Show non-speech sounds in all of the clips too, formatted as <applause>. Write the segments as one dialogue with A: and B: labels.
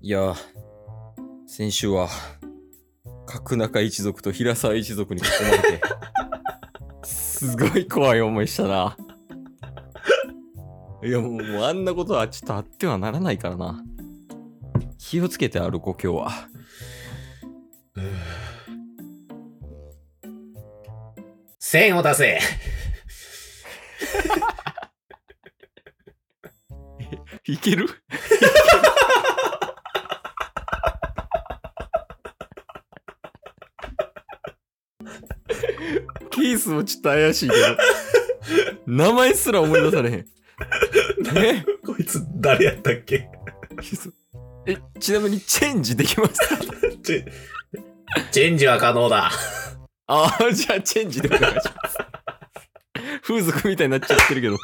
A: いや、先週は、角中一族と平沢一族に囲まれて、すごい怖い思いしたな。いやもう、もうあんなことはちょっとあってはならないからな。気をつけて歩こう、今日は。
B: 線を出せ
A: いけるケースもちょっと怪しいけど。名前すら思い出されへん。ね
B: <laughs> こいつ誰やったっけ
A: え、ちなみにチェンジできますか
B: チェチェンジは可能だ。
A: ああ、 <laughs> じゃあチェンジでお願いします。風俗みたいになっちゃってるけど。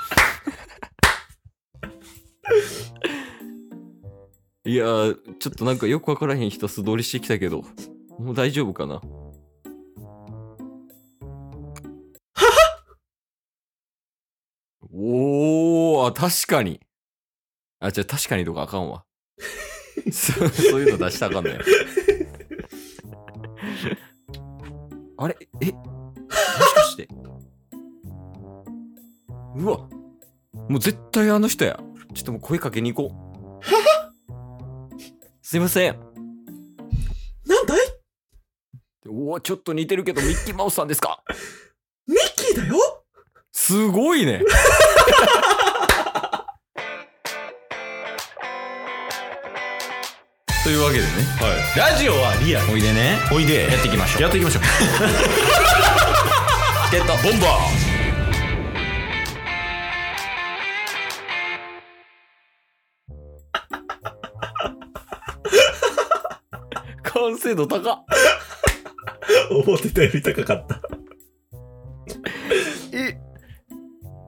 A: いやー、ちょっとなんかよくわからへん人素通りしてきたけど、もう大丈夫かな <laughs> おー、あ、確かに。あ、じゃあ確かにとかあかんわ。 <laughs> そうそういうの出したらあかんね。あれえもしかして。うわもう絶対あの人や。ちょっともう声かけに行こう。 <laughs> すいません。
B: なんだい
A: おおちょっと似てるけど、ミッキーマウスさんですか
B: ミッキーだよ
A: すごいね。 <laughs> というわけでね、
B: ラジオはリアル。
A: おいでね、
B: おいで。
A: やっていきましょう。
B: ていきましょう。
A: チケット、
B: ボンバ
A: 完成度高っ。
B: ー <laughs> 思ってたより高かった。
A: え、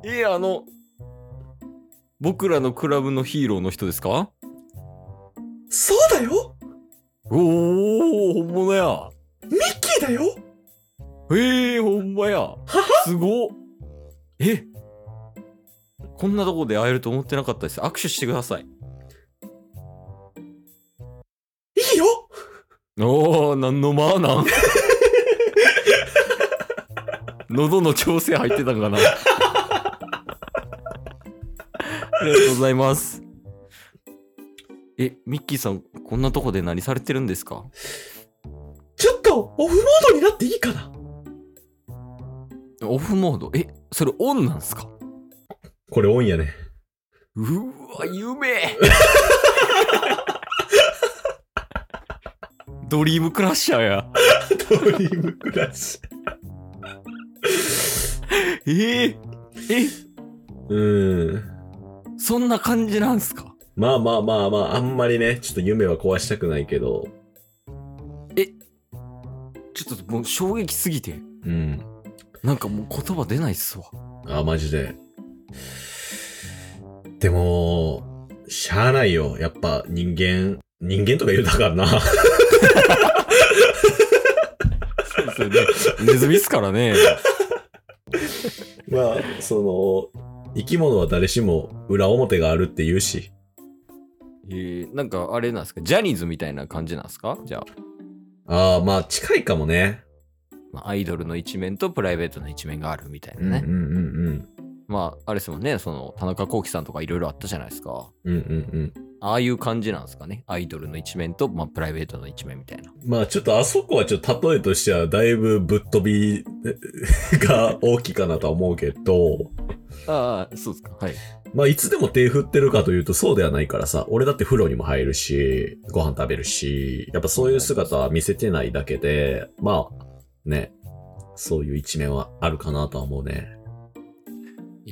A: え、あの、僕らのクラブのヒーローの人ですか
B: そうだよ
A: おお、本物や。
B: ミッキーだよ
A: ええほんま <laughs> や。すごっ。えこんなとこで会えると思ってなかったです。握手してください。
B: いいよ
A: おお、なんのまあ <laughs> なん。喉の調整入ってたんかな。ありがとうございます。え、ミッキーさん、こんなとこで何されてるんですか
B: ちょっとオフモードになっていいかな
A: オフモードえ、それオンなんすか
B: これオンやね。
A: うーわ、夢 <laughs> ドリームクラッシャーや。
B: ドリームクラッシ
A: えー、え、
B: ュ。うん。
A: そんな感じなんすか
B: まあまあまあまあ、あんまりね、ちょっと夢は壊したくないけど。
A: ちょっともう衝撃すぎて。
B: うん。
A: なんかもう言葉出ないっすわ。
B: あ、マジで。でも、しゃあないよ。やっぱ人間、人間とか言うたからな。
A: そうですよね。ネズミっすからね。
B: <laughs> まあ、その、生き物は誰しも裏表があるって言うし、
A: えー、なんかあれなんですかジャニーズみたいな感じなんですかじゃあ、
B: ああ、まあ近いかもね。
A: まあアイドルの一面とプライベートの一面があるみたいな
B: うん
A: ね。
B: うんうん
A: まあ、あれですもんね。その、田中聖さんとかいろいろあったじゃないですか。
B: うん。うんうん
A: ああいう感じなんですかね。アイドルの一面と、まあ、プライベートの一面みたいな。
B: うん。まあちょっとあそこはちょっと例えとしてはだいぶぶっ飛びが大きいかなとは思うけど、
A: ああ、そうですか。はい。
B: まあいつでも手振ってるかというとそうではないからさ、俺だって風呂にも入るし、ご飯食べるし、やっぱそういう姿は見せてないだけで、まあね、そういう一面はあるかなとは思うね。
A: え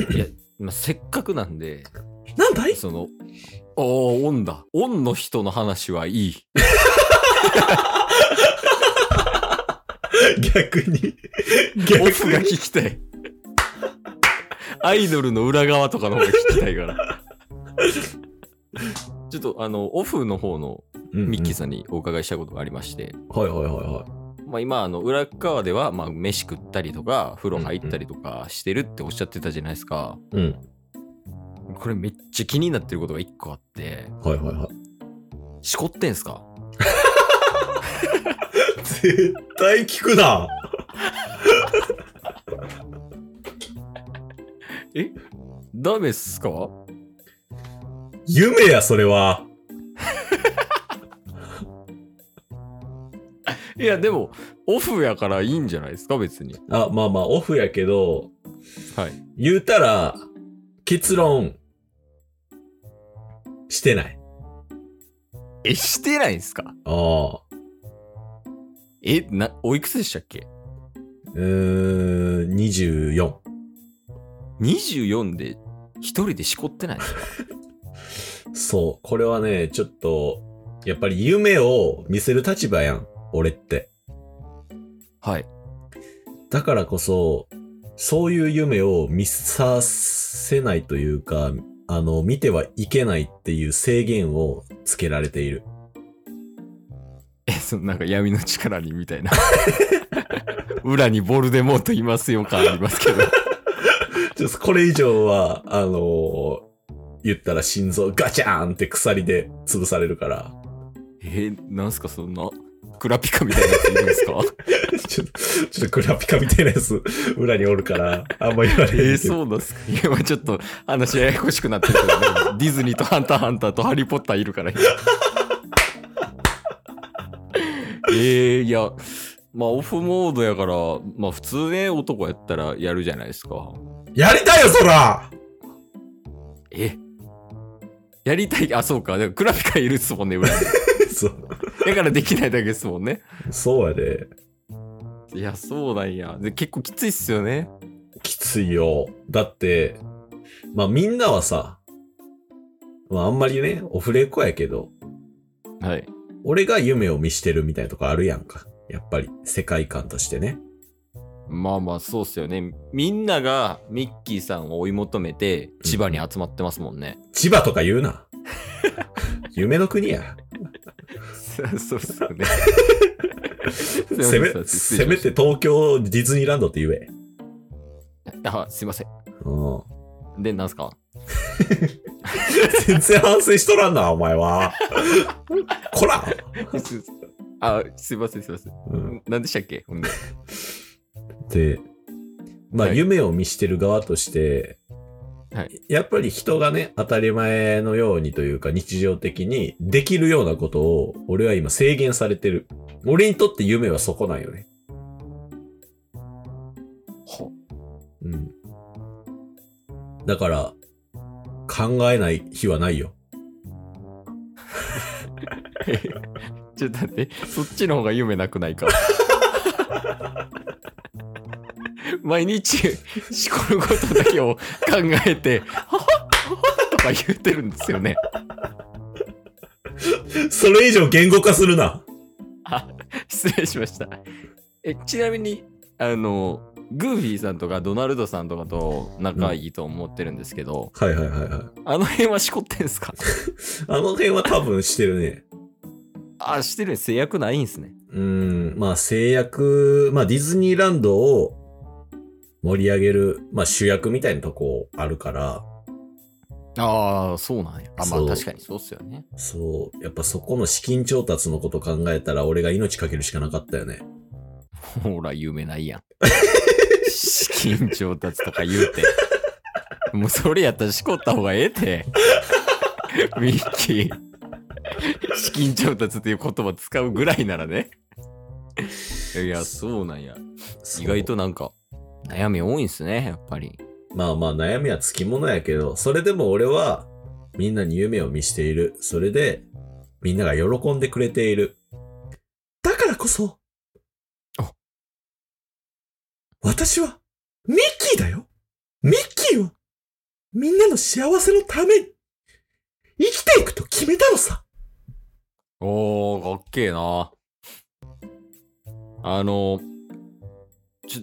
A: ー、いや、まあ、せっかくなんで、
B: なんだ
A: その、おー、オンだ。オンの人の話はいい。
B: <laughs> 逆に。逆
A: <laughs> オフが聞きたい。アイドルの裏側とかの方が聞きたいから。ちょっとあの、オフの方のミッキーさんにお伺いしたことがありまして、
B: ん。はいはいはいはい。
A: まあ今、あの、裏側では、まあ飯食ったりとか、風呂入ったりとかしてるっておっしゃってたじゃないですか。
B: うん。
A: これめっちゃ気になってることが一個あって、
B: はいはいはい。
A: しこってんすか
B: 絶対聞くな
A: ダメっすか
B: 夢や、それは。
A: いや、でも、オフやからいいんじゃないですか別に。
B: あ、まあまあ、オフやけど、
A: はい。
B: 言うたら、結論、してない。
A: え、してないんすか
B: ああ。
A: え、な、おいくつでしたっけ
B: うーん、24。
A: ?24 で一人でしこってないですか
B: そう。これはね、ちょっと、やっぱり夢を見せる立場やん。俺って。
A: はい。 <laughs>
B: だからこそ、そういう夢を見させないというか、あの、見てはいけないっていう制限をつけられている。 <laughs>
A: え、そのなんか闇の力にみたいな。 <laughs> 裏にボルデモートいますよ感ありますけど。
B: ちょっとこれ以上は、あのー言ったら心臓ガチャーンって鎖で潰されるから。
A: <laughs>
B: <laughs>
A: え、なんすかそんな、クラピカみたいなやついるんですか
B: ちょっと、ちょっとクラピカみたいなやつ、裏におるから、あんま言われ
A: <laughs> え
B: へんけど。
A: そうなんすかいや、まあちょっと話ややこしくなってるけど、ね、 <laughs> ディズニーとハンターハンターとハリーポッターいるから。 <laughs> えー、いや、まあオフモードやから、まあ普通ね、男やったらやるじゃないですか。
B: やりたいよ、そら <laughs>
A: えやりたい、あ、そうか。でもクラピカいるっすもんね、裏に。
B: そう。
A: だからできないだけですもんね。
B: そうやで。
A: いや、そうなんや。で、結構きついっすよね。
B: きついよ。だって、まあみんなはさ、まああんまりね、オフレコやけど、
A: はい。
B: 俺が夢を見してるみたいなとこあるやんか。やっぱり、世界観としてね。
A: まあまあ、そうっすよね。みんながミッキーさんを追い求めて、千葉に集まってますもんね。
B: 千葉とか言うな。 <laughs> 夢の国や。
A: <laughs> そうっすよね。いませ
B: せ
A: ん失礼
B: め
A: しました
B: せめて東京ディズニーランドって言え。
A: あ、すいません。
B: うん、
A: で、なん <laughs> すか
B: 全然反省しとらんな、お前は。
A: <laughs>
B: こら、
A: あ、すいません、すいません。
B: うん、
A: 何でしたっけほんで。
B: で、まあ、
A: はい
B: 夢を見してる側として、
A: はい
B: やっぱり人がね、当たり前のようにというか、日常的にできるようなことを、俺は今制限されてる。俺にとって夢はそこなんよね。
A: ほ
B: うん。だから、考えない日はないよ。
A: ちょっと待って、そっちの方が夢なくない <laughs> か。毎日、しこることだけを考えて、はははとか言ってるんですよね。
B: それ以上言語化するな。
A: あ、失礼しました。え、ちなみに、あの、グーフィーさんとかドナルドさんとかと仲いいと思ってるんですけど、
B: はいはいはいはい。
A: あの辺はしこってんすか
B: あの辺は多分してるね。
A: あ、してるん制約ないんすね。
B: うーん、まあ制約、まあディズニーランドを盛り上げる、まあ主役みたいなとこあるから、
A: ああ、そうなんや。あ、ま
B: そ
A: あ
B: う
A: 確かにそうっすよね。
B: そう、やっぱそこの資金調達のこと考えたら俺が命かけるしかなかったよね。
A: ほら、夢ないやん。資金調達とか言うて。もうそれやったらしこった方がええて。ミッキー。資金調達っていう言葉使うぐらいならね。いや、そうなんや。
B: そう
A: 意外と。なんか、悩み多いんすね、やっぱり。
B: まあまあ悩みはつきものやけど、それでも俺はみんなに夢を見している。それでみんなが喜んでくれている。だからこそ
A: あ、
B: 私はミッキーだよミッキーはみんなの幸せのために生きていくと決めたのさ。
A: おー、かっけえな。あの、ちょ、